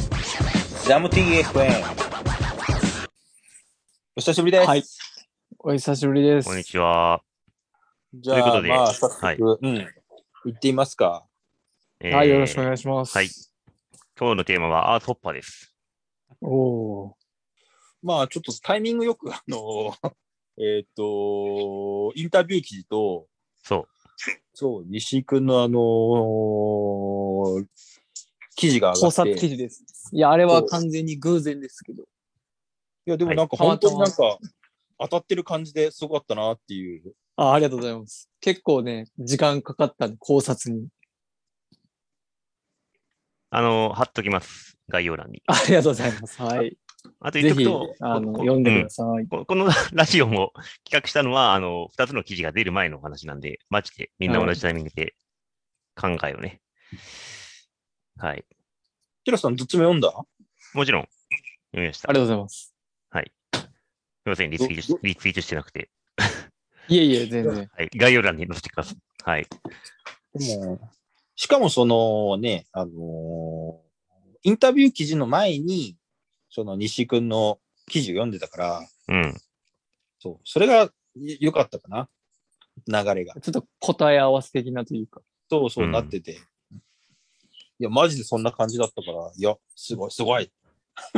ジャム TFM。お久しぶりです。はい。お久しぶりです。こんにちは。じゃというこあ、とでまあ、早速、はいうん。行ってみますか。えーはい、よろしくお願いします。はい今日のテーマはアートッパーです。おーまあ、ちょっとタイミングよく、あ の、えっ、と、インタビュー記事と、そそう、西井くんのあのー記事が上が考って。察記い事です。いや、あれは完全に偶然ですけど。や、でもなんかはい本当になんか、当たってる感じですごかったなっていう。あありがとうございます。結構ね、時間かかったんで、考察に。う。あの、貼っときます。概要欄に。ありがとうござい ます。はい。あとぜ言っとくひと、、あの、こ読んでくうださい。ここの ラジオも企画したのは、あの、2つの記事が出る前のお話なんで、マジでみんな同じタイミングで考えをね。はい。ヒロさん、どっちも読んだもちろん、読みました。ありがとうございます。すみません、リツイートしどリツイートしてなくて。いえいえ、全然。はい。概要欄に載せてください。はい。でも、しかもそのね、あのーインタビュー記事の前に、その西井くんの記事を読んでたから、うん。そう、それがい良かったかな、流れが。ちょっと答え合わせ的なというか。そうそううんなってて。いや、マジでそんな感じだったから、いや、すごい、すごい。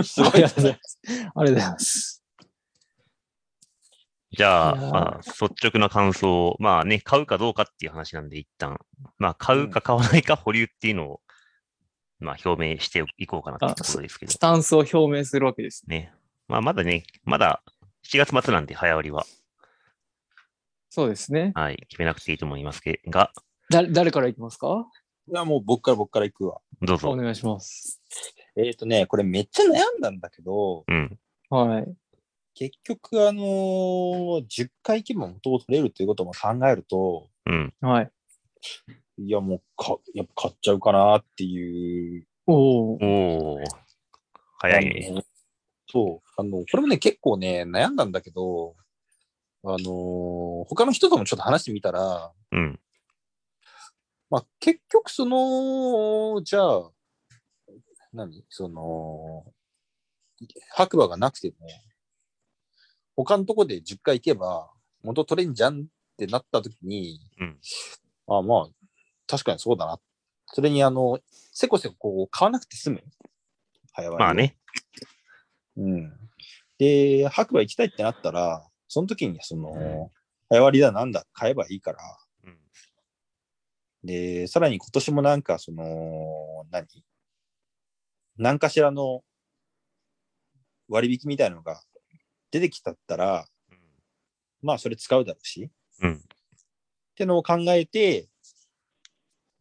すごあいりがとうございます。ありがとうございます。じゃあ、いやーまあ、率直な感想を、まあね、買うかどうかっていう話なんで、一旦、まあ、買うか買わないか保留っていうのを、まあ、表明していこうかなってところですけどス、タンスを表明するわけですね。ね。まあ、まだね、まだ7月末なんで、早割りは、そうですね。はい、決めなくていいと思いますけが、だ、誰からいきますかいや、もう僕から僕から行くわ。どうおぞ。願いします。えっ、とね、これめっちゃ悩んだんだけど、うん。はい。結局、あのー10回規模元を取れるということも考えると、うん。はい。いや、もうか、やっぱ買っちゃうかなっていう。おーおー。早いあね。のそう。あの、これもね、結構ね、悩んだんだけど、あのー他の人ともちょっと話してみたら、うん。まあ、結局、その、じゃあ、何その、白馬がなくても、他のとこで10回行けば、元取れんじゃんってなった時に、うんあまあ、確かにそうだな。それに、あの、せこせここう買わなくて済む。早割りをまあ。ね。うん。で、白馬行きたいってなったら、その時に、その、早割りだなんだ、買えばいいから、うんで、さらに今年もなんか、その、何何かしらの割引みたいなのが出てきたったら、まあ、それ使うだろうし、うんってのを考えて、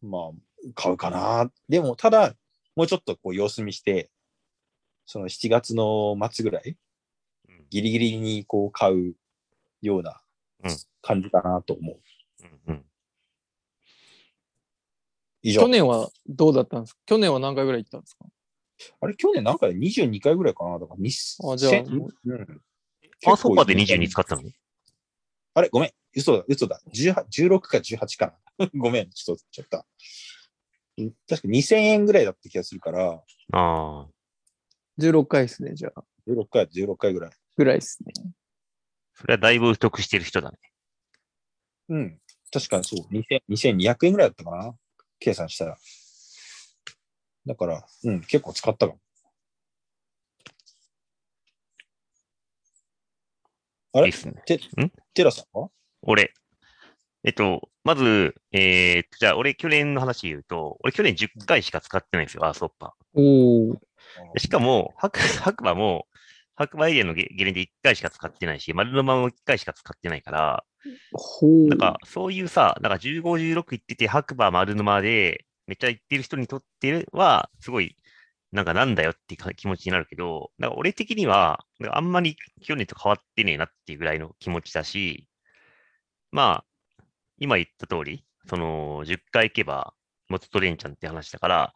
まあ、買うかな。でも、ただ、もうちょっとこう様子見して、その7月の末ぐらい、うんギリギリにこう買うようなうん感じかなと思う。うんうん。以上去。年はどうだったんですか去年は何回ぐらい行ったんですかあれ、去年なんかで22回ぐらいかなだから、2000あじゃあうん。パーソーパーで22使ったのあれ、ごめん。嘘だ、嘘だ。18 16か18かな。 ごめん、ちょっと、ちょっと。うん確か2000円ぐらいだった気がするから、ああ。 ?16 回ですね、じゃあ。 16回、16回ぐらい。ぐらいですね。それはだいぶ得してる人だね。うん。確かにそう。2000 2200円ぐらいだったかな。計算したら。だから、うん、結構使ったかも。あいいれっすね。テラさんは俺。えっと、まず、えー、じゃあ、俺、去年の話言うと、俺、去年10回しか使ってないんですよ、アーソッパおお。ー。しかも、白白馬も、白馬エリアのゲゲレンデ1回しか使ってないし、丸のまも1回しか使ってないから、ほう。なんか、そういうさ、なんか15、16行ってて、白馬、丸沼で、めっちゃ行ってる人にとっては、すごい、なんかなんだよっていうか気持ちになるけど、なんか俺的には、なんかあんまり去年と変わってねえなっていうぐらいの気持ちだし、まあ、今言った通り、その、10回行けば、元取れんちゃんって話だから、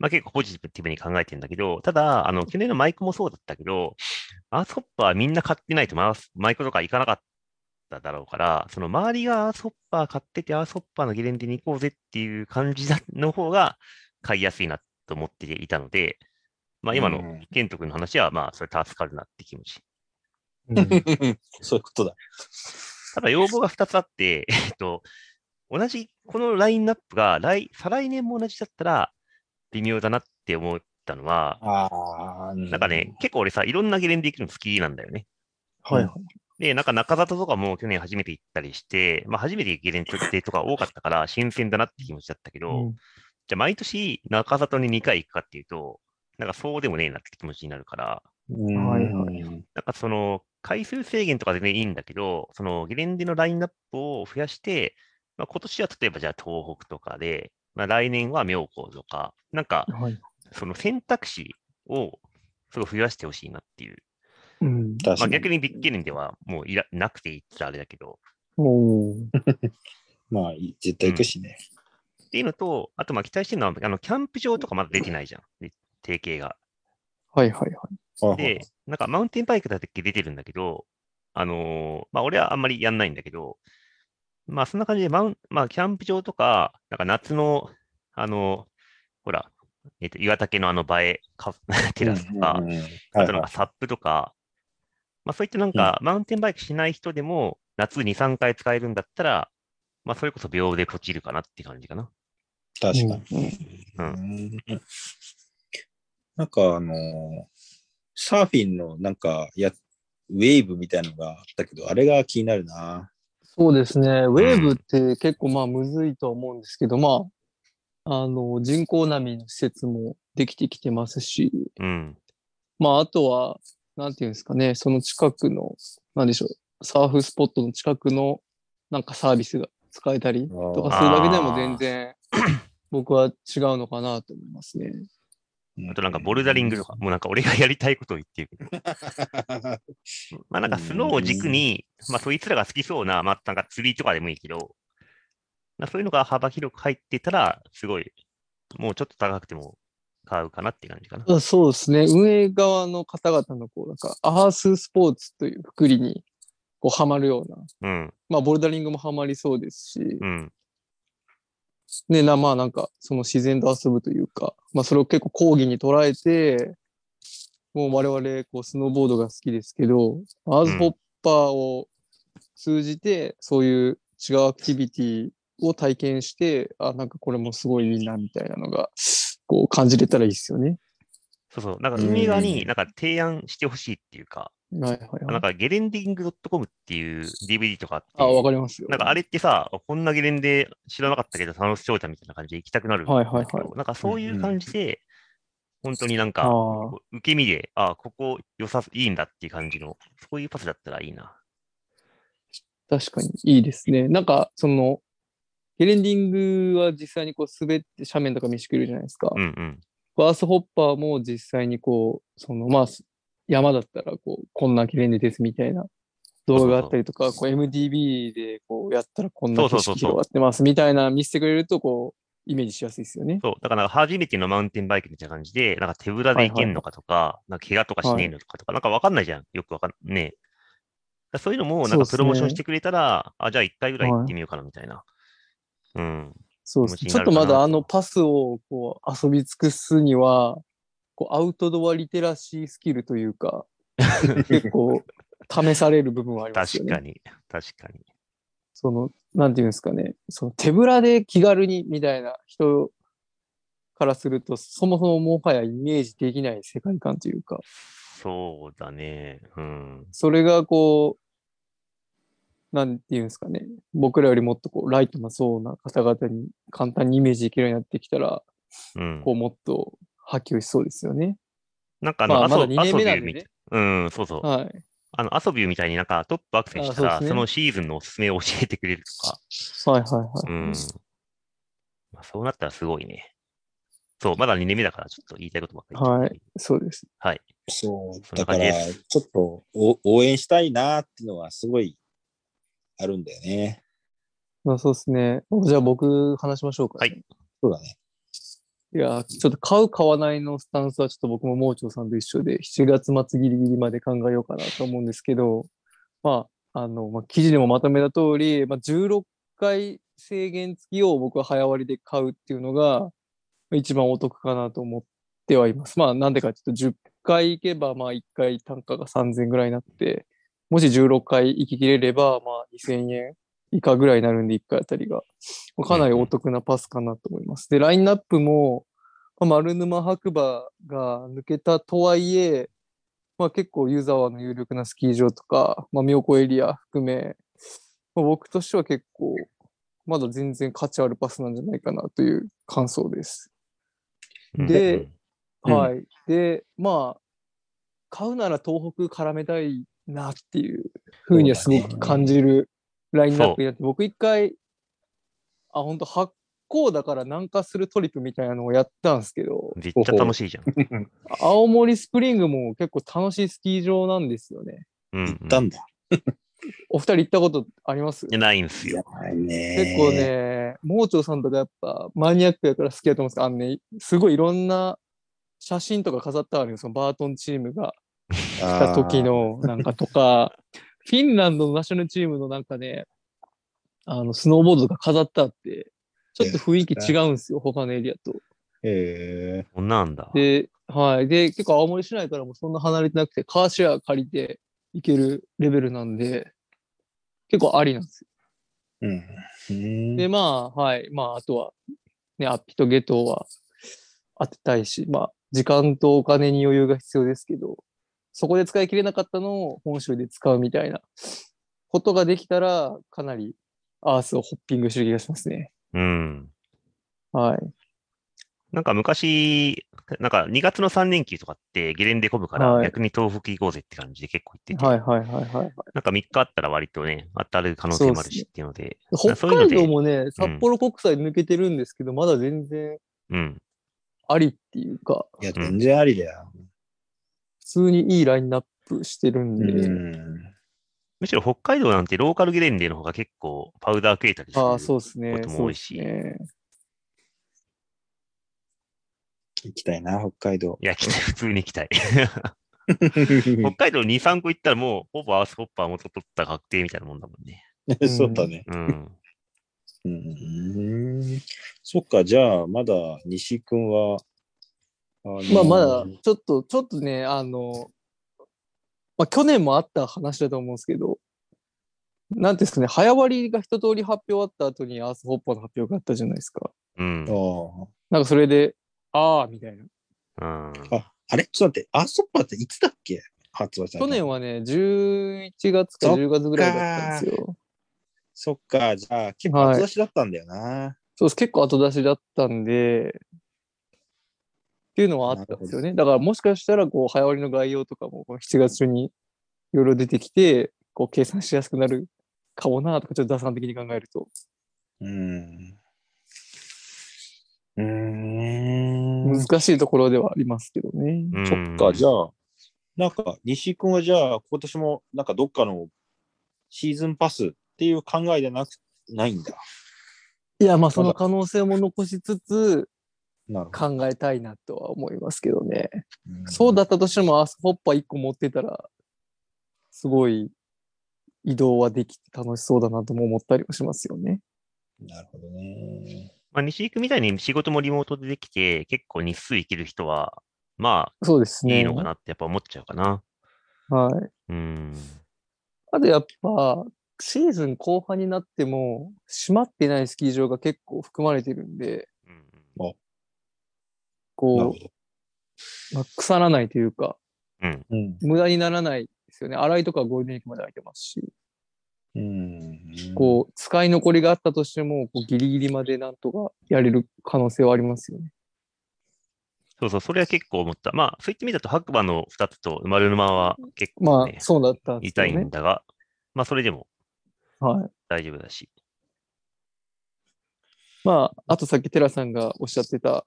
まあ結構ポジティブに考えてんだけど、ただ、あの、去年のマイクもそうだったけど、アースホッパーみんな買ってないとマウスマイクとか行かなかっただろうから、その周りがアースホッパー買ってて、アースホッパーのゲレンデに行こうぜっていう感じだの方が買いやすいなと思っていたので、まあ今うのん健人君の話は、まあそれ助かるなって気持ち。うん そういうことだ。ただ要望が2つあって、えっと、同じ、このラインナップが来、再来年も同じだったら微妙だなって思ったのは、ああ、なんかね、結構俺さ、いろんなゲレンデ行くの好きなんだよね。はいはい。で、なんか中里とかも去年初めて行ったりして、まあ初めてゲレンデとか多かったから新鮮だなって気持ちだったけど、うんじゃあ毎年中里に2回行くかっていうと、なんかそうでもねえなって気持ちになるから、うん。はいはい。なんかその回数制限とかでねいいんだけど、そのゲレンデのラインナップを増やして、まあ、今年は例えばじゃあ東北とかで、まあ、来年は妙高とか、なんかはい。その選択肢をすごい増やしてほしいなっていう。うん。確まかあ、に。逆にビッグゲレンデはもういらなくていいって言ったらあれだけど。おーまあ、絶対行くしね。っていうのと、あとまあ期待してるのは、あのキャンプ場とかまだ出てないじゃん、で提携が。はいはいはい。はいはいで、なんかマウンテンバイクだけ出てるんだけど、あのーまあ俺はあんまりやんないんだけど、まあそんな感じでマウン、まあキャンプ場とか、なんか夏の、あのほら、えっ、と、岩竹のあの映えカテラスとかうん、うんうんあはいとなはんかサップとか、まあそういったなんかマウンテンバイクしない人でも夏2、3回使えるんだったら、まあそれこそ秒でこちるかなって感じかな。い。確かに。ううんなんかあのーサーフィンのなんかや、ウェーブみたいのがあったけど、あれが気になるな。そうですね。ウェーブって結構まあむずいとは思うんですけど、まあ、あの、人工波の施設もできてきてますし、うん。まああとは、なんていうんですかね、その近くの、なんでしょう、サーフスポットの近くのなんかサービスが使えたりとかするだけでも全 然僕は違うのかなと思いますね。あとなんかボルダリングとか、もうなんか俺がやりたいことを言ってる。か。まあなんかスノーを軸に、まあそいつらが好きそうな、まあなんか釣りとかでもいいけど、まあ、そういうのが幅広く入ってたら、すごい、もうちょっと高くても買うかなって感じかな。あそうですね。運営側の方々のこう、なんか、アーススポーツというくくりに、こう、はまるような。うん、まあ、ボルダリングもはまりそうですし、うん、ね、な、まあ、なんか、その自然と遊ぶというか、まあ、それを結構講義に捉えて、もう我々、こう、スノーボードが好きですけど、アースホッパーを通じて、そういう違うアクティビティを体験して、あ、なんかこれもすごいいいな、みたいなのが、こう、感じれたらいいですよね。そうそう。なんか運営側うにんなんか提案してほしいっていうか、はいはいはないん。かゲレンディング .com っていう DVD とかあって、あ、わかりますよ。なんかあれってさ、こんなゲレンデ知らなかったけど楽しそうじゃんみたいな感じで行きたくなるんだはいけはど。いはいなんかそういう感じで、本当になんあか、ーこう受け身で、ああ、ここ良さ、いいんだっていう感じの、そういうパスだったらいいな。確かにいいですね。なんか、その、ゲレンディングは実際にこう滑って斜面とか見しくるじゃないですか。うんうん。バースホッパーも実際にこう、そのまあ、山だったらこう、こんなゲレンデですみたいな動画があったりとか、こう MDB でこうやったらこんな景そうそうそうそ色う広がってますみたいな見せてくれるとこう、イメージしやすいですよね。そう、だから初めてのマウンテンバイクみたいな感じで、なんか手ぶらで行けんのかとか、なんか怪我とかしねえのとかとか、なんかわかんないじゃん。よくわかんねえ。だからそういうのも、なんかそうっすねプロモーションしてくれたら、あ、じゃあ一回ぐらい行ってみようかなみたいな。うん。そうです気ね。ち持ちょにっなとるかなまだあのパスをこう遊び尽くすには、こうアウトドアリテラシースキルというか、 結構試される部分はありますよ確ね。かに。確かに。その、なんていうんですかね、その手ぶらで気軽にみたいな人からすると、そもそももはやイメージできない世界観というか、そうだね。うん。それがこう、なんていうんですかね、僕らよりもっとこうライトなそうな方々に簡単にイメージできるようになってきたら、うん。こうもっと波及しそうですよね。なんかあの、まあアソまだ2年目なアソビュんーでみねたい。うん、そうそう。はい。あの、アソビューみたいになんかトップアクセスしたあら、そうですねそのシーズンのおすすめを教えてくれると か。はいはいはい。うん。まあ、そうなったらすごいね。そう、まだ2年目だから、ちょっと言いたいことばっかり言っちゃったはい。そうです。はい。 そう、そんだなか感じら、ですちょっとお応援したいなっていうのはすごいあるんだよね。まあそうですね。じゃあ僕話しましょうか、はいそうだね。いやー、ちょっと買う、買わないのスタンスはちょっと僕も盲腸さんと一緒で、7月末ギリギリまで考えようかなと思うんですけど、まあ、あの、まあ、記事でもまとめた通り、まあ、16回制限付きを僕は早割りで買うっていうのが、まあ一番お得かなと思っってはいます。まあ、なんでかちょっと10回行けば、まあ、1回単価が3000ぐらいになって、もし16回行き切れれば、まあ、2000円以下ぐらいになるんで、1回あたりが。まあかなりお得なパスかなと思います。で、ラインナップも、まあ、丸沼白馬が抜けたとはいえ、まあ、結構湯沢の有力なスキー場とか、まあ、妙高エリア含め、まあ、僕としては結構、まだ全然価値あるパスなんじゃないかなという感想です。うんでうんうんはい。で、まあ、買うなら東北絡めたいなっていうふうにはすごく感じるラインナップになって、僕一回、あ、本当発行だから南下するトリップみたいなのをやったんですけど、めっちゃ楽しいじゃん。青森スプリングも結構楽しいスキー場なんですよね。うん、行ったんだ。お二人行ったことありますじゃないんですいよ。やないね。結構。ね、盲腸さんとかやっぱマニアックやから好きだと思うんですけど、あのね、すごいいろんな写真とか飾ってあるよ、そのバートンチームが来た時のなんかとか、 フィンランドのナショナルチームのなんかね、あの、スノーボードが飾ってあって、ちょっと雰囲気違うんですよ、他のエリアと。えこんなんだ。で、はい。で、結構青森市内からもそんな離れてなくて、カーシェア借りて行けるレベルなんで、結構ありなんですよえうん。うんで、まあ、はい。まあ、あとは、ね、アッピとゲトは当てたいし、まあ、時間とお金に余裕が必要ですけど、そこで使い切れなかったのを本州で使うみたいなことができたら、かなりアースをホッピングしてる気がしますね。うん。はい。なんか昔、なんか2月の3連休とかってゲレンデ混むからはい逆に東北行こうぜって感じで結構行ってて、はいはいはいはい。なんか3日あったら割とね、当たる可能性もあるしっていうので、北そういうの海で道もね、札幌国際抜けてるんですけど、まだ全然うん。ありっていうか、いや、全然ありだよ。普通にいいラインナップしてるんうで、ん。むしろ北海道なんてローカルゲレンデの方が結構パウダークエたりする。ああ、そうですねこ。ともそ多ういっすしね。行きたいな、北海 道。いや、来たい、普通に行きたい。北海道2、3個行ったらもう、ほぼアースホッパー元取った確定みたいなもんだもんね。そうだね。うん。うん。そっか、じゃあ、まだ西井くんは、あのまあまだちょっとちょっとねあの、まあ、去年もあった話だと思うんですけどなんていうんですかね早割りが一通り発表あった後にアースホッパーの発表があったじゃないですかうん。あなんかそれでああみたいなうん。あああれちょっと待って、あそっぱっていつだっけ発売された去の年はね11月かそっか10月ぐらいだったんですよそっか、じゃあ、結構後出しだったんだよな。そうです結構後出しだったんでっていうのはあったんですよねだからもしかしたらこう早割りの概要とかもこの7月中にいろいろ出てきてこう計算しやすくなるかもなとかちょっと打算的に考えるとうん。うーん。難しいところではありますけどね。うんそっか、じゃあ、なんか、西井くんはじゃあ、今年も、なんかどっかのシーズンパスっていう考えじゃなく、ないんだ。いや、まあその可能性も残しつつなるほ考えたいなとは思いますけどね。ど。そうだったとしてもアースホッパー1個持ってたら、すごい移動はできて楽しそうだなとも思ったりもしますよね。なるほどね。まあ、西行くみたいに仕事もリモートでできて、結構日数行ける人は、まそうですあ、ね。いいのかなってやっぱ思っちゃうかな。はい。うん。あとやっぱ、シーズン後半になっても閉まってないスキー場が結構含まれてるんで、うんなるこほど。う、まあ腐らないというか、うん。無駄にならないですよね。洗いとかはゴールデンウィークまで空いてますし。うん。こう、使い残りがあったとしても、こうギリギリまでなんとかやれる可能性はありますよね。そうそう、それは結構思った。まあ、そう言ってみたと、白馬の2つと丸沼は結構まねあ、、そうだったんです痛よいんね。だが、まあ、それでもはい。大丈夫だし。まあ、あとさっきテラさんがおっしゃってた、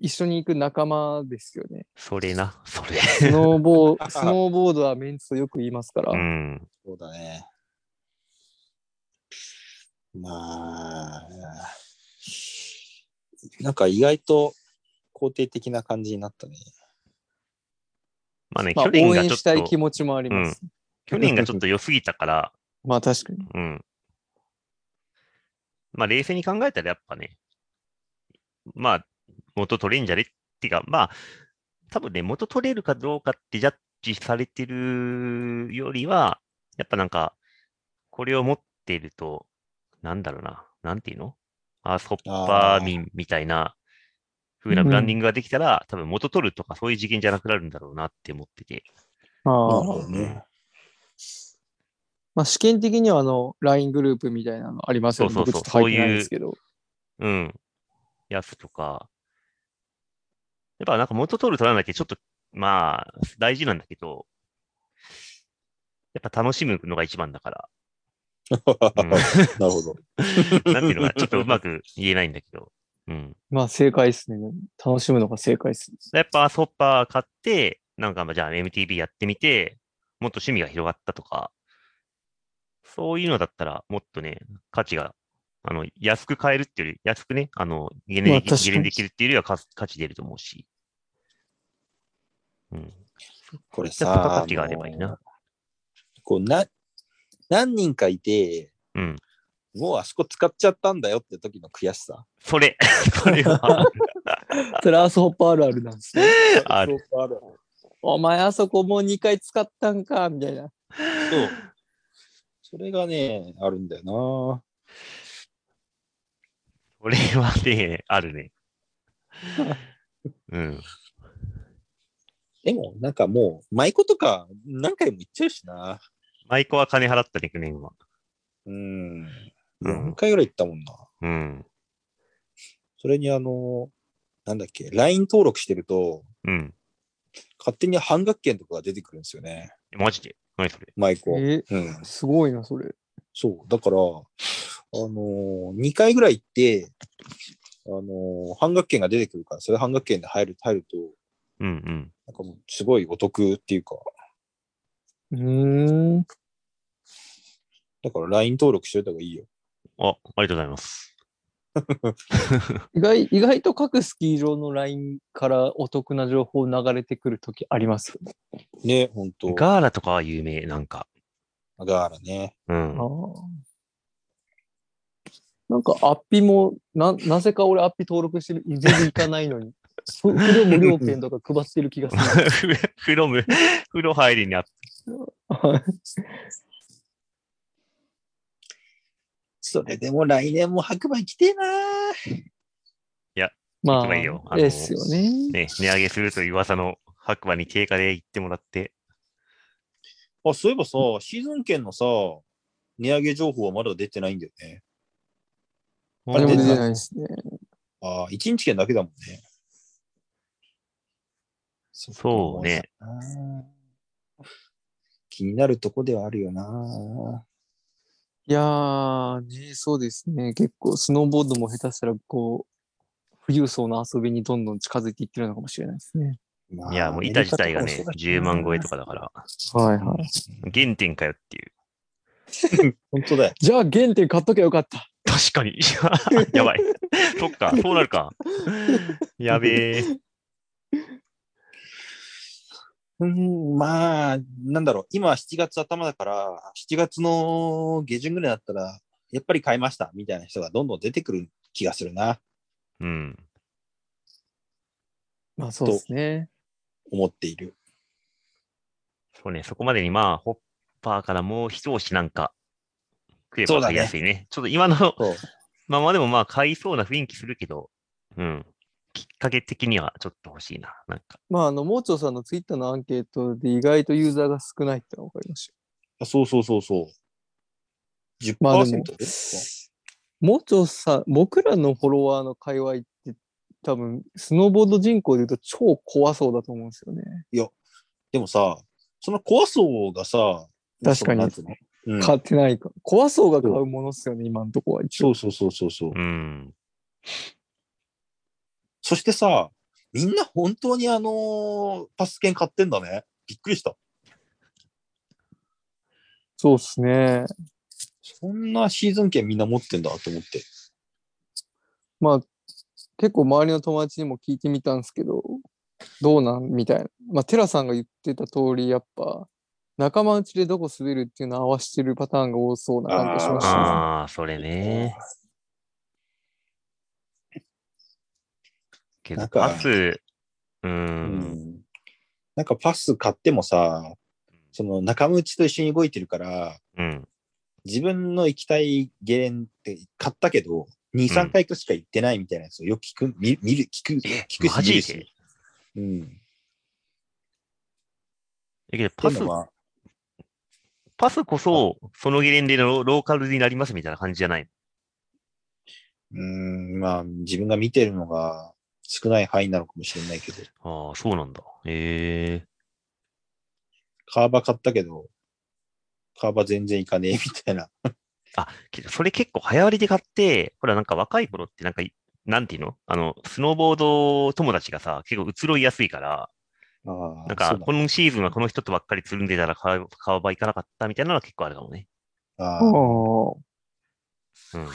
一緒に行く仲間ですよ ね。それな、それ。スノーボー、スノーボードはメンツとよく言いますから。うん。そうだね。まあ、なんか意外と肯定的な感じになったね。まあね、まあ、去応年が援ちょっしたい気と、持ちもあります。去年がちょっと良すぎたから、まあ、確かに。うん。まあ、冷静に考えたらやっぱね、まあ、元取れんじゃねっっていうか、まあ、多分ね、元取れるかどうかってジャッジされてるよりは、やっぱなんか、これを持っていると、なんだろうな、なんていうのアースホッパー民みたいな風なブランディングができたら、多分元取るとかそういう次元じゃなくなるんだろうなって思ってて。なあるあほ。ど ね。まあ、試験的にはあの、LINE グループみたいなのありますよね。そうそうそう僕ちょっと入ってないんですけど。うん。やつとか。やっぱなんか元取る取らなきゃちょっと、まあ、大事なんだけど、やっぱ楽しむのが一番だから。う んなるほど。なんていうのかな、ちょっとうまく言えないんだけど。うん。まあ、正解ですね。楽しむのが正解です。やっぱソッパー買って、なんかまあじゃあ MTB やってみて、もっと趣味が広がったとか、そういうのだったらもっとね、価値が、あの、安く買えるっていうより、安くね、あの、ゲネまあでき、確かにゲネできるっていうよりは価価値出ると思うし。うん。これちょっとさ、価値があればいいなあのこうな、何人かいて、うん。もうあそこ使っちゃったんだよって時の悔しさ。それ、 それは、それアースホッパーあるあるなんですね。ある。 そうあるお前あそこもう2回使ったんか、みたいな。そう。それがね、あるんだよそれはね、あるね。うん。な。でも、なんかもう、舞妓とか何回も言っちゃうしな。舞妓は金払ったね、去年は。うん。う4ん。回ぐらい行ったもんな。うん。それにあの、なんだっけ、LINE 登録してると、うん。勝手に半額券とかが出てくるんですよね。えマジで何それ舞妓。え、うん。すごいな、それ。そう。だから、あのー、2回ぐらい行って、あのー、半額券が出てくるから、それ半額券で入る、入ると、うんうん。なんかもうすごいお得っていうか、うーん。だから LINE 登録しといた方がいいよ。あ、ありがとうございます。意外、意外と各スキー場の LINE からお得な情報流れてくるときありますよね。ね、ほんと。ガガーラとかは有名、なんか。ーラね。うん。ああ。なんか、アッピも、な、なぜか俺アッピ登録してる、全然行かないのに。 ふ不良無料券とか配ってる気 がする。ふ 風呂む、風呂入りにあっそれでも来年も白馬来てえなま行けばあ、いいよあのですよね。ね、値上げするという噂の白馬に定価で行ってもらって。あ、そういえばさ、シーズン券のさ、値上げ情報はまだ出てないんだよね。あれも出ていないですね。ああ、1日券だけだもんね。そっかそうね。もうさあー気になるとこではあるよないやー、ね、そうですね。結構、スノーボードも下手したら、こう、富裕層の遊びにどんどん近づいていってるのかもしれないですね。まあいや、もう板自体がアメねリカ、とかもそうだしな10万超えとかだから、はいはい。原点かよっていう。 本当だよ。じゃあ、原点買っときゃよかった。確かに。 やばい。そっか、そうなるか。やべえ。うん、まあ、なんだろう。今7月頭だから、7月の下旬ぐらいだったら、やっぱり買いましたみたいな人がどんどん出てくる気がするな、うん。まあ、そうですね。思っている。そうね、そこまでにまあ、ホッパーからもう一押しなんか食えそうだばね買いやすいね。ちょっと今の そう。まあまあでもまあ買いそうな雰囲気するけど、うん。きっかけ的にはちょっと欲しいな。なんか。まあ、あの、盲腸さんのツイッターのアンケートで意外とユーザーが少ないってのは分かりました。あそうそうそうそう。10%まあでもです盲腸さん、僕らのフォロワーの界隈って、多分、スノーボード人口で言うと超怖そうだと思うんですよね。でもさ、その怖そうがさ、確かにそのなんていうのうん買ってないか。怖そうが買うものっすよね、今のとこは一応。そうそうそうそうそう。うん。そしてさ、みんな本当にあのーパス券買ってんだね。びっくりした。そうっすね。そんなシーズン券みんな持ってんだと思って。まあ、結構周りの友達にも聞いてみたんですけど、どうなんみたいな。まあ、テラさんが言ってた通り、やっぱ、仲間内でどこ滑るっていうのを合わしてるパターンが多そうな感じがしましたね。ああ、それね。けなど、んかパス、う。うんなんかパス買ってもさ、その仲間内と一緒に動いてるから、うん。自分の行きたいゲレンって買ったけど、2、うん3回としか行ってないみたいなやつをよく聞く、見見る、聞く、え聞くマしジ見でるし。うん。だけどパパスス、は、パスこそ、そのゲレンデのロローカルになりますみたいな感じじゃない。うん、まあ自分が見てるのが少ない範囲なのかもしれないけど、ああ、そうなんだ。ええカーバ買ったけど、カーバ全然行かねえみたいな。けどそれ結構早割りで買って、ほらなんか若い頃ってなんかい、なんていうのあの、スノーボード友達がさ、結構移ろいやすいから、ああ、なんそかう、だこのシーズンはこの人とばっかりつるんでたら川、川場行かなかったみたいなのは結構あるかもね。ああーあ。うん。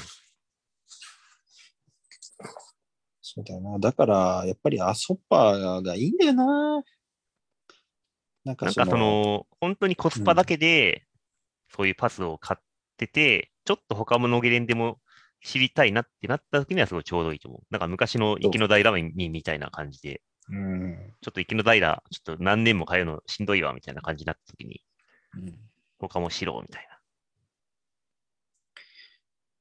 そうだよな。だから、やっぱりアソッパーがいいんだよな。なんなかんその、かその、本当にコスパだけで、そういうパスを買ってて、ちょっと他のゲレンデも知りたいなってなった時にはすごいちょうどいいと思う。なんか昔の池の平にみたいな感じで、うん、ちょっと池の平、ちょっと何年も通うのしんどいわみたいな感じになった時に、うん。他も知ろうみたいな。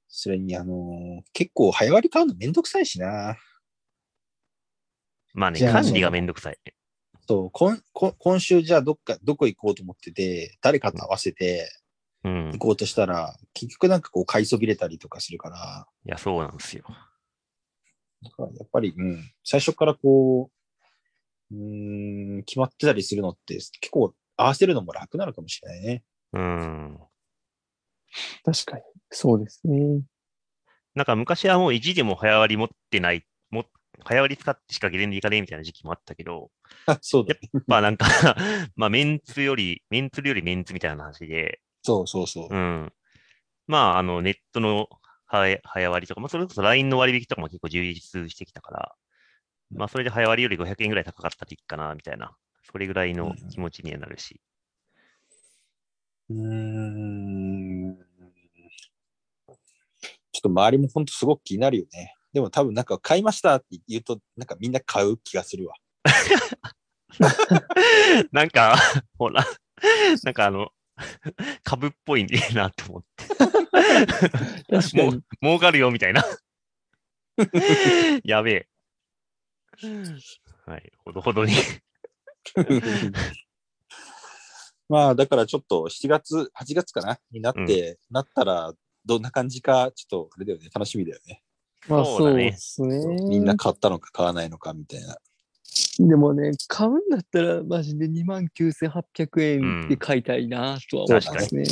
それに、あのー結構早割り買うのめんどくさいしな。まあね、じゃあ管理がめんどくさい。そう、こんこ今週じゃあどっか、どこ行こうと思ってて、誰かと合わせてうん行。こうとしたら、結局なんかこう買いそびれたりとかするから、いや、そうなんですよ。だからやっぱり、うん、最初からこう、うーん、決まってたりするのって、結構合わせるのも楽なのかもしれないね。 うん。確かに。そうですね。なんか昔はもう意地でも早割り持ってない、も早割り使ってしかゲレンデ行かねえみたいな時期もあったけど、あそうだ。まあなんか、 まあメンツより、メンツよりメンツみたいな話で、そうそうそうう。ん。まああのネットの早早割りとか、まあそれこそ LINE の割引とかも結構充実してきたから、まあそれで早割りより500円ぐらい高かったらいいかな、みたいな、それぐらいの気持ちにはなるし。 うーんちょっと周りも本当すごく気になるよね。でも多分なんか買いましたって言うと、なんかみんな買う気がするわ。なんか、 ほら、なんかあの、 株っぽいなと思って。確かもにう。、儲かるよ、みたい な。やべえ。はい、ほどほどに。まあだからちょっと7月、8月かなになって、なったらどんな感じか、ちょっとあれだよね、楽しみだよね。まあそうだそうねですね。みんな買ったのか買わないのかみたいな。でもね、買うんだったらマジで29,800円で買いたいなとは思いますね。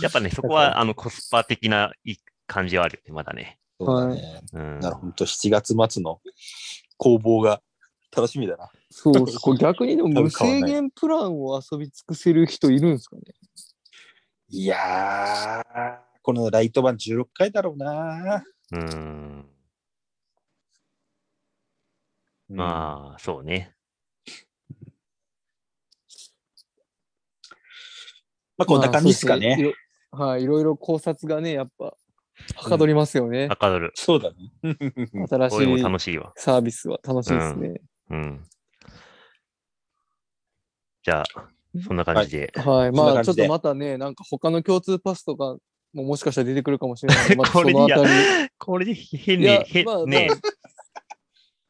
やっぱね、そこは、あの、コスパ的ないい感じはあるよね、まだね。そうだね。うん。なるほど、7月末の攻防が楽しみだな。そうそう。これ逆にでも多無分買わな制い限プランを遊び尽くせる人いるんですかね。いやー、このライト版16回だろうな。うん。まあ、そうね。ま あこんな感じですかね。まあ。そうですねいろはい、 いろいろ考察がね、やっぱ、はかどりますよね。赤ドル。そうだね。新しこういうのもい楽しいわ。サービスは楽しいですね。うん。じゃあ、そんな感じで。はそい。んなまあ、感ちょじっでとまたね、なんか他の共通パスとかももしかしたら出てくるかもしれない ので、またこそれのいあやたり。これで変いにや、、変まあ、ねまあ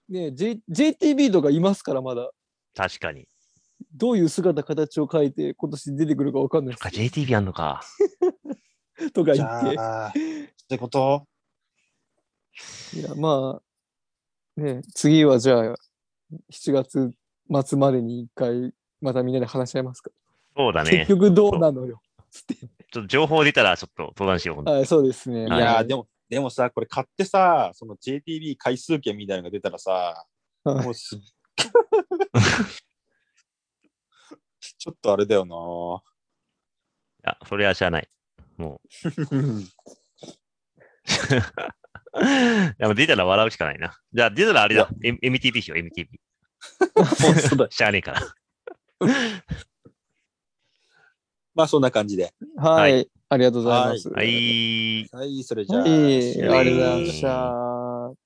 ね J、JTB とかいますから、まだ。確かに。どういう姿、形を変えて、今年出てくるかわかんないそっでか、JTB あんのか。す とかじ言ゃっあ、ってことて。いや、まあ、ね、次はじゃあ、7月末までに一回、またみんなで話し合いますか。そうだね結。局どうなのよ。ちょっと情報出たらちょっと相談しよう。はい、そうですね。いはいやーでも、でもさ、これ買ってさ、その JTB 回数券みたいなのが出たらさ、はいもうすっ ちょっとあれだよな。あ、それはしゃあない。も う。 でも出たら笑うしかないな。じゃあ出たらあれだ。M- MTB しよう、MTB。そうだしゃあねえから。まあそんな感じで。はい、はありがとうございます。はい。はい、それじゃあ、はいありがとうございましした。